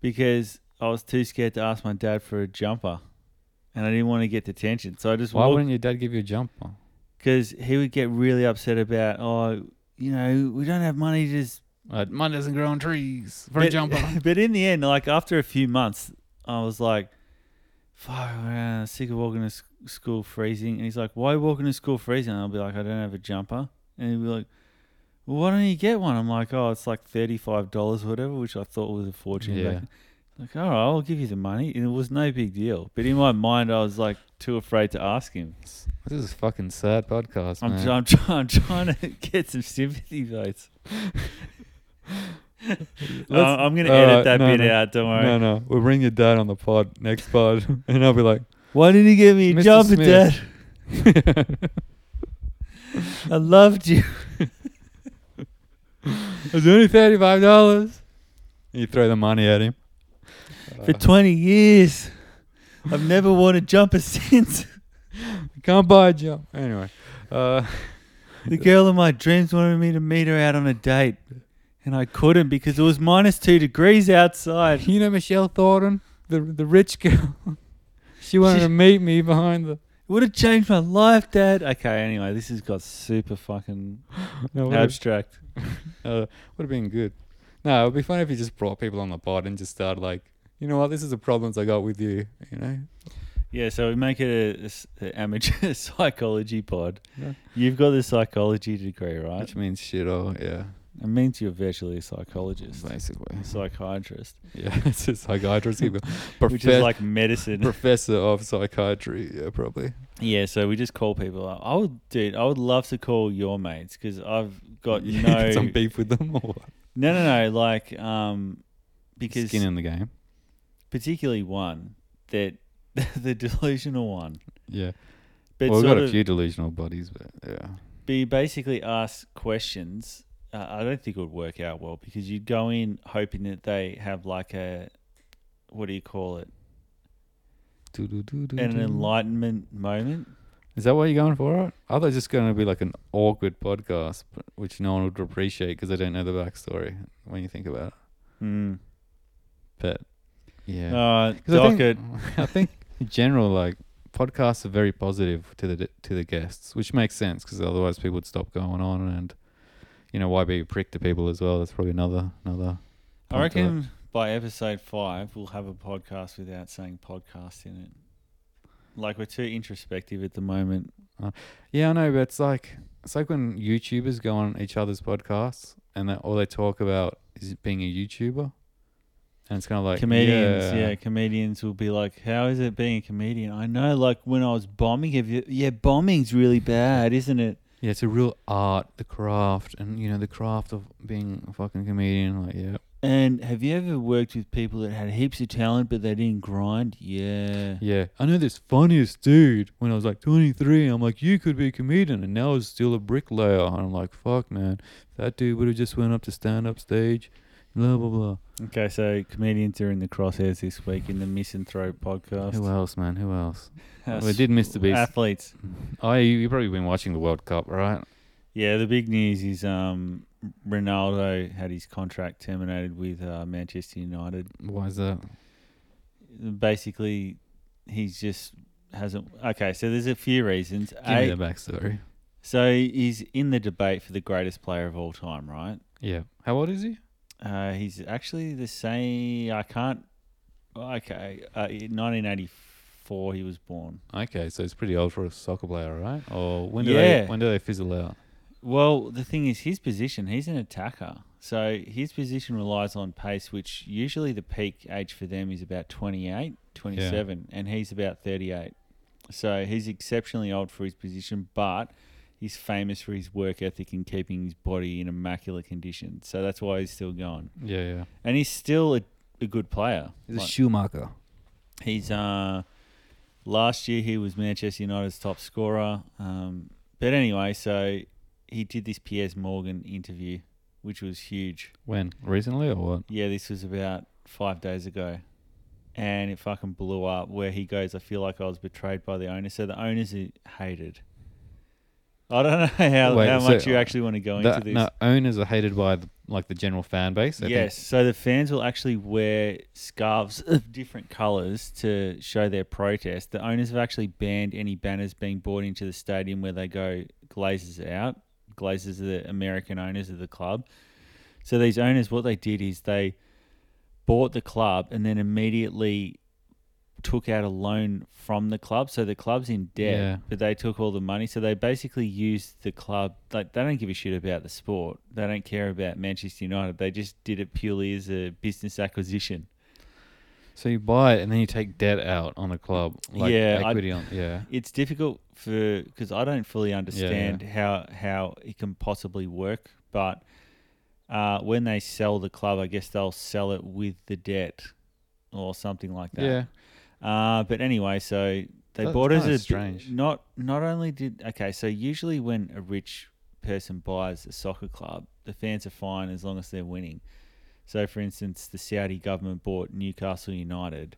because I was too scared to ask my dad for a jumper, and I didn't want to get detention. So I just Why walked wouldn't your dad give you a jumper? because he would get really upset about oh, you know, we don't have money to just Uh, mine doesn't grow on trees for a but, jumper. But in the end, like after a few months, I was like, "Fuck, man, I'm uh, sick of walking to s- school freezing." And he's like, "Why are you walking to school freezing?" And I'll be like, "I don't have a jumper." And he'll be like, well, "Why don't you get one?" I'm like, "Oh, it's like thirty five dollars, or whatever," which I thought was a fortune. Yeah. back then. Like, all right, I'll give you the money. And it was no big deal. But in my mind, I was like too afraid to ask him. This is a fucking sad podcast, I'm, man. try- I'm, try- I'm trying to get some sympathy votes. I- I'm going to all edit right, that no, bit no, out. Don't worry. No, no, we'll bring your dad on the pod next pod, and I'll be like, Why did you give me a Mr. job, Smith. Dad? I loved you. "It's only thirty-five dollars." You throw the money at him. Uh, For 20 years. I've never worn a jumper since. Can't buy a jump. Anyway, uh, The girl of my dreams wanted me to meet her out on a date. And I couldn't because it was minus two degrees outside. you know Michelle Thornton, the the rich girl. she wanted to meet me behind the. It would have changed my life, Dad. Okay, anyway, this has got super fucking No, what if- abstract. Uh, would have been good. No, it would be fun if you just brought people on the pod and just started like, you know what, this is the problems I got with you. You know, Yeah, so we make it a- a s- a amateur psychology pod. Yeah. You've got the psychology degree, right? which means shit. Oh yeah, It means you're virtually a psychologist, basically. a psychiatrist, Yeah, it's a psychiatrist, people. which is Profe- like medicine. professor of psychiatry. Yeah, probably. Yeah, so we just call people. up. I would, dude. I would love to call your mates because I've got You no, got some beef with them or what? no, no, no. Like, um, because skin in the game. particularly one that the delusional one, Yeah, but well, we've sort got a of few delusional buddies, but yeah, be basically asked questions. Uh, I don't think it would work out well because you'd go in hoping that they have like a, what do you call it, Mm-hmm. an enlightenment moment. Is that what you're going for? It? I thought it was just going to be like an awkward podcast, but- which no one would appreciate because they don't know the backstory when you think about it. Mm. But yeah, Uh, 'Cause I docket. think, I think in general, like podcasts are very positive to the to the guests, which makes sense because otherwise people would stop going on, and you know why be a prick to people as well. That's probably another another. I point to it. reckon by episode five, we'll have a podcast without saying podcast in it. Like we're too introspective at the moment. Yeah, I know, but it's like it's like when YouTubers go on each other's podcasts and that all they talk about is being a YouTuber, and it's kind of like comedians, yeah. yeah, comedians will be like, "How is it being a comedian?" I know, like when I was bombing, have you? Yeah, bombing's really bad, isn't it? Yeah, it's a real art, the craft, and you know the craft of being a fucking comedian. Like, yeah, And have you ever worked with people that had heaps of talent but they didn't grind? Yeah. yeah. I know this funniest dude when I was like 23. I'm like, you could be a comedian, and now he's still a bricklayer. And I'm like, fuck, man, if that dude would have just went up to stand up stage, blah blah blah. Okay, so comedians are in the crosshairs this week in the Misanthrope podcast. Who else, man? Who else? Us we did miss the beast. Athletes. Oh, you you probably been watching the World Cup, right? Yeah, the big news is um, Ronaldo had his contract terminated with uh, Manchester United. Why is that? Basically, he's just hasn't. Okay, so there's a few reasons. Give me A, the backstory. so he's in the debate for the greatest player of all time, right? Yeah. How old is he? Uh, he's actually the same. I can't. Okay, uh, in 1984 he was born. Okay, so it's pretty old for a soccer player, right? Or when do they Yeah. when do they fizzle out? Well, the thing is, his position, he's an attacker. So his position relies on pace, which usually the peak age for them is about 28, 27, and he's about 38. So he's exceptionally old for his position, but he's famous for his work ethic and keeping his body in immaculate condition. So that's why he's still going, Yeah, yeah. and he's still a, a good player. Like, Schumacher. He's uh, last year he was Manchester United's top scorer. Um, but anyway, so he did this Piers Morgan interview, which was huge. When? Recently or what? Yeah, this was about five days ago, and it fucking blew up. Where he goes, I feel like I was betrayed by the owner. So the owners are hated. I don't know how, Wait, how so much you actually want to go The, into this. no, owners are hated by the, like the general fan base. I think. Yes, so the fans will actually wear scarves of different colours to show their protest. The owners have actually banned any banners being brought into the stadium where they go Glazers out. Glazers are the American owners of the club. So these owners, what they did is they bought the club and then immediately took out a loan from the club. So the club's in debt, Yeah. but they took all the money. So they basically used the club. Like they don't give a shit about the sport. They don't care about Manchester United. They just did it purely as a business acquisition. So you buy it and then you take debt out on the club. Like Yeah, I- Equity on. Yeah. It's difficult for because I don't fully understand how how it can possibly work, but. Uh, when they sell the club, I guess they'll sell it with the debt or something like that. Yeah. Uh, but anyway, so they That's bought it as kinda a strange. Not not only did okay, so usually when a rich person buys a soccer club, the fans are fine as long as they're winning. So, for instance, the Saudi government bought Newcastle United,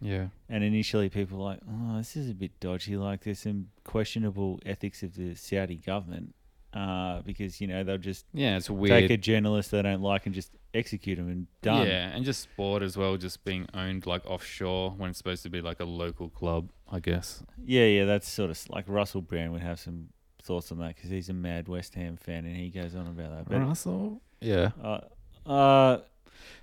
Yeah. and initially people were like, "Oh, this is a bit dodgy. Like, there's some questionable ethics of the Saudi government." Uh, because you know they'll just Yeah. It's weird. take a journalist they don't like and just execute him and done. Yeah, and just sport as well, just being owned like offshore when it's supposed to be like a local club, I guess. Yeah, yeah, that's sort of s- like Russell Brand would have some thoughts on that because he's a mad West Ham fan and he goes on about that. Russell? Yeah. But uh, uh,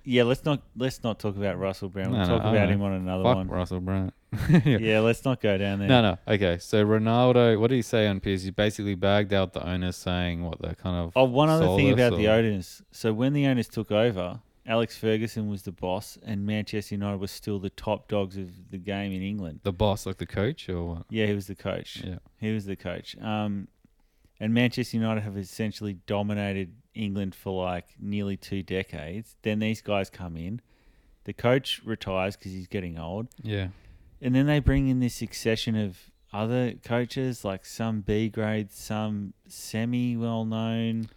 yeah, let's not let's not talk about Russell Brand. We'll No, no, talk I about know. him on another Fuck one. Russell Brand. Yeah, let's not go down there. No, no. Okay. So Ronaldo, what did he say on Piers? He basically bagged out the owner saying what the kind of Oh, one other thing Sold us about the or- owners. So when the owners took over, Alex Ferguson was the boss, and Manchester United was still the top dogs of the game in England. the boss, like the coach or what? Yeah, he was the coach. Yeah. He was the coach. Um, and Manchester United have essentially dominated England for like nearly two decades. Then these guys come in. The coach retires because he's getting old. Yeah. And then they bring in this succession of other coaches, like some B grade, some semi well known,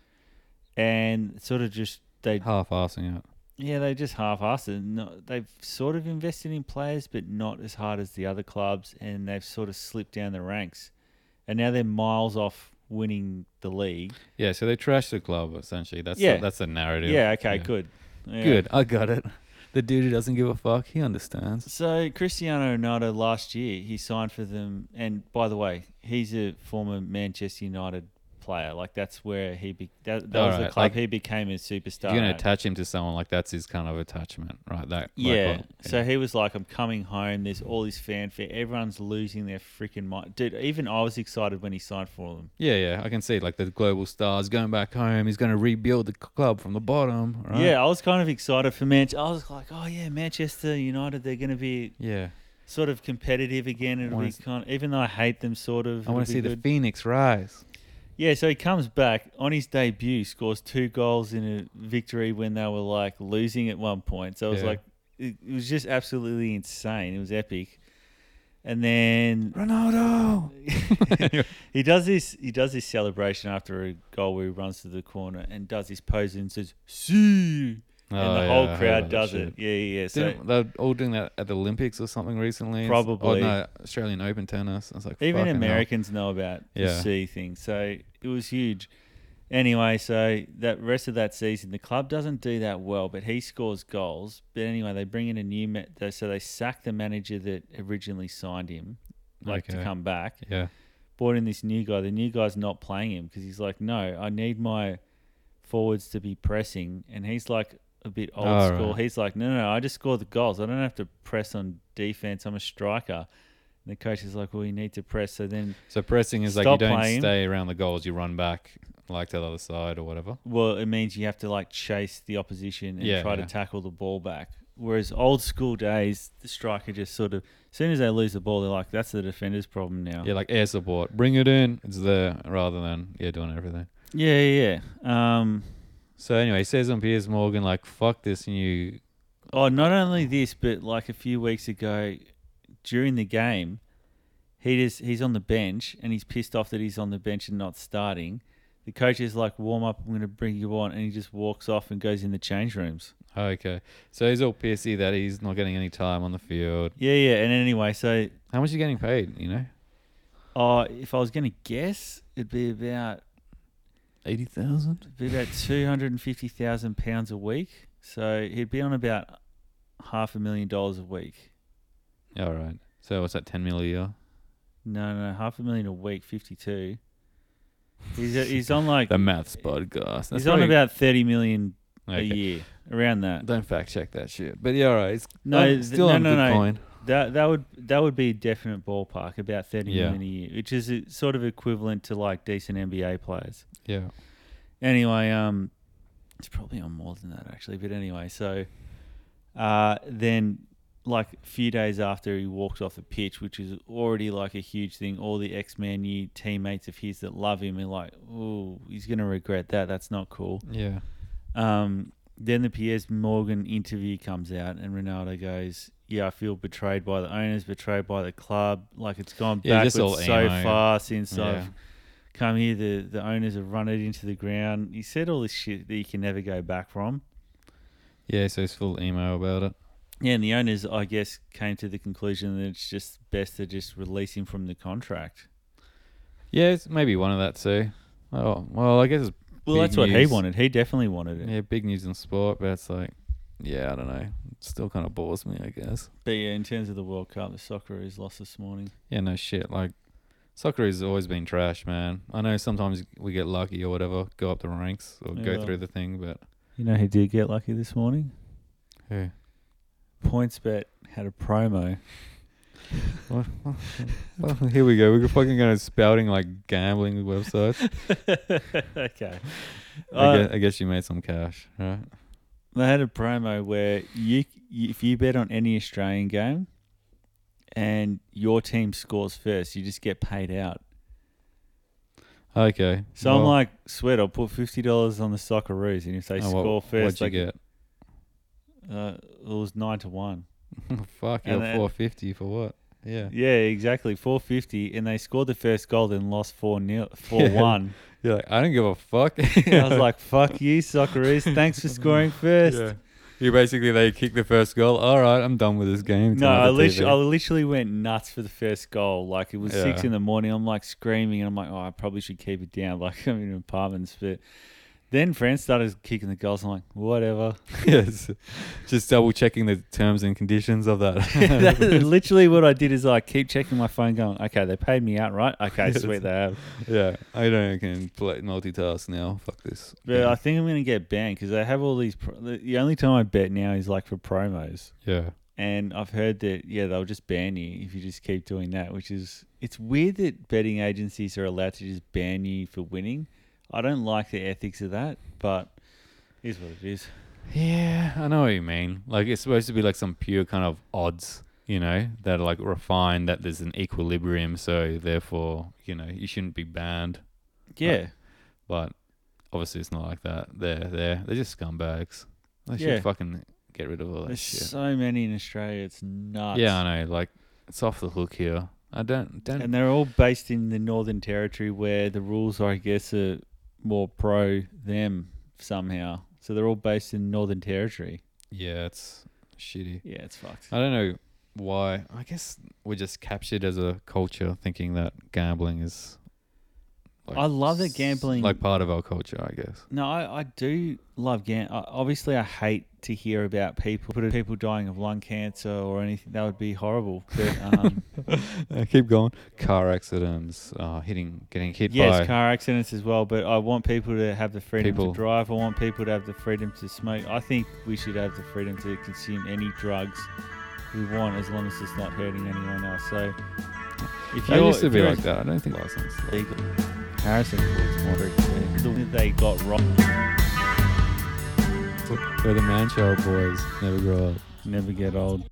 and sort of just they Half assing it. yeah, they just half-assed it. No, they've sort of invested in players, but not as hard as the other clubs, and they've sort of slipped down the ranks. And now they're miles off winning the league. Yeah, so they trashed the club essentially. That's Yeah. the, that's the narrative. Yeah, okay, good. Yeah. Good. I got it. The dude who doesn't give a fuck, he understands. So Cristiano Ronaldo last year, he signed for them. And by the way, he's a former Manchester United player. Like, that's where he... Be- that that was the Alright, club like, he became a superstar You're gonna at. attach him to someone like that's his kind of attachment, right? That like Yeah. what- So he was like, I'm coming home. There's all this fanfare. Everyone's losing their freaking mind. Dude, even I was excited when he signed for them. Yeah, yeah, I can see like the global stars going back home. He's going to rebuild the c- club from the bottom. Right? Yeah, I was kind of excited for Manchester. I was like, oh, yeah, Manchester United, they're going to be yeah. sort of competitive again. It'll wanna be s- kind even though I hate them, sort of. I want to it'll see be the good. phoenix rise. Yeah, so he comes back on his debut, scores two goals in a victory when they were like losing at one point. So it was Yeah. like, it, it was just absolutely insane. It was epic. And then Ronaldo. he does this he does this celebration after a goal where he runs to the corner and does his pose and says see Oh, and the whole crowd does it. Yeah, yeah, yeah. So Didn't, they're all doing that at the Olympics or something recently. It's- oh, Probably. no, Australian Open tennis. I was like, even fucking hell. Americans know about Yeah. the see thing. So it was huge. Anyway, so that rest of that season, the club doesn't do that well, but he scores goals. But anyway, they bring in a new ma- they- so they sack the manager that originally signed him, like to Okay. come back. Yeah, brought in this new guy. The new guy's not playing him because he's like, no, I need my forwards to be pressing, and he's like a bit old Oh, school. right. He's like, no, no, no, I just score the goals. I don't have to press on defense. I'm a striker. And the coach is like, well, you need to press. So then, so pressing is like you Stop don't playing. stay around the goals. You run back like to the other side or whatever. well, it means you have to like chase the opposition and Yeah, try yeah. to tackle the ball back. Whereas old school days, the striker just sort of, as soon as they lose the ball, they're like, that's the defender's problem now. Yeah, like air support. Bring it in. It's there rather than yeah doing everything. Yeah, yeah. yeah. Um, So anyway, he says on Piers Morgan like fuck this new. oh, not only this, but like a few weeks ago, during the game, he just he's on the bench and he's pissed off that he's on the bench and not starting. The coach is like, warm up. I'm going to bring you on, and he just walks off and goes in the change rooms. Oh, okay, so he's all pissy that he's not getting any time on the field. Yeah, yeah. And anyway, so How much are you getting paid? You know, uh, if I was going to guess, it'd be about eighty thousand. be about two hundred and fifty thousand pounds a week. So he'd be on about half a million dollars a week. All right. So what's that? Ten mil a year. No, no, half a million a week, fifty-two. He's he's on like The maths podcast. That's he's on probably- about thirty million Okay. a year, around that. Don't fact check that shit. But yeah, all right. It's No, I'm th- still no, on no, no. Bitcoin. That that would that would be a definite ballpark, about thirty Yeah. million a year, which is uh, sort of equivalent to like decent NBA players. Yeah. Anyway, um, it's probably on more than that actually. But anyway, so uh, then like a few days after he walks off the pitch, which is already like a huge thing. All the ex Man U teammates of his that love him are like, "Oh, he's gonna regret that. That's not cool." Yeah. Um, then the Piers Morgan interview comes out, and Ronaldo goes. Yeah, I feel betrayed by the owners, betrayed by the club. Like it's gone Yeah, backwards just all so emo. far since Yeah. I've come here. The the owners have run it into the ground. He said all this shit that you can never go back from. Yeah. So he's full emo about it. Yeah, and the owners, I guess, came to the conclusion that it's just best to just release him from the contract. Yeah, it's maybe one of that too. Oh well, I guess it's Well, Big that's what he news. wanted. He definitely wanted it. yeah big news in sport, but it's like yeah, I don't know. It still kind of bores me, I guess. But yeah, in terms of the World Cup, the Socceroos lost this morning. Yeah, no shit. Like soccer has always been trash, man. I know sometimes we get lucky or whatever, go up the ranks or Yeah, go well. through the thing, but You know who did get lucky this morning? yeah. PointsBet had a promo. What? Well, here we go. We're fucking going to spouting like gambling websites. okay. I, Uh, guess, I guess you made some cash, right? They had a promo where you if you bet on any Australian game and your team scores first, you just get paid out. Okay. So I'm well, like, sweat, I'll put fifty dollars on the Socceroos, and if they oh, score what, first, What'd you get? Uh, it was nine to one. get? Fuck, And you're then- four fifty for what? Yeah. Yeah, exactly, four fifty, and they scored the first goal, then lost four nil, four one. You're like, I don't give a fuck. I was like, fuck you, Socceroos, thanks for scoring first. Yeah. You basically they kick the first goal. All right, I'm done with this game. No, I literally, I literally. literally went nuts for the first goal. Like it was six Yeah. in the morning. I'm like screaming, and I'm like, oh, I probably should keep it down. Like I'm in apartments, but then France started kicking the goals. I'm like, whatever. yes. Just double checking the terms and conditions of That that. is literally, what I did is I keep checking my phone, going, okay, they paid me out, right? Okay, Yes. sweet, they have. yeah, I don't can play multitask now. Fuck this. But yeah. I think I'm gonna get banned because they have all these. Pro- the the only time I bet now is like for promos. yeah. And I've heard that yeah they'll just ban you if you just keep doing that, which is it's weird that betting agencies are allowed to just ban you for winning. I don't like the ethics of that, but is what it is. Yeah, I know what you mean. Like it's supposed to be like some pure kind of odds, you know, that are like refined that there's an equilibrium, so therefore, you know, you shouldn't be banned. Yeah, But obviously it's not like that. They're they're they're just scumbags. They Yeah. should fucking get rid of all that there's shit. so many in Australia, it's nuts. Yeah, I know. Like it's off the hook here. I don't don't. and they're all based in the Northern Territory where the rules, I guess, are more pro them somehow. So they're all based in Northern Territory. yeah, it's shitty. Yeah, it's fucked. I don't know why. I guess we're just captured as a culture thinking that gambling is. Like, I love that s- gambling- Like part of our culture, I guess. No, I, I do love gam. I- Obviously, I hate to hear about people people dying of lung cancer or anything. That would be horrible. But um, Uh, keep going. Car accidents, uh, hitting, getting hit by. yes, car accidents as well. But I want people to have the freedom People. to drive. I want people to have the freedom to smoke. I think we should have the freedom to consume any drugs we want, as long as it's not hurting anyone else. So, if I you're, used to if be you're like that. I don't think license. legal, Harrison Ford's more the one that they got wrong. Where the man child boys never grow up. Never get old.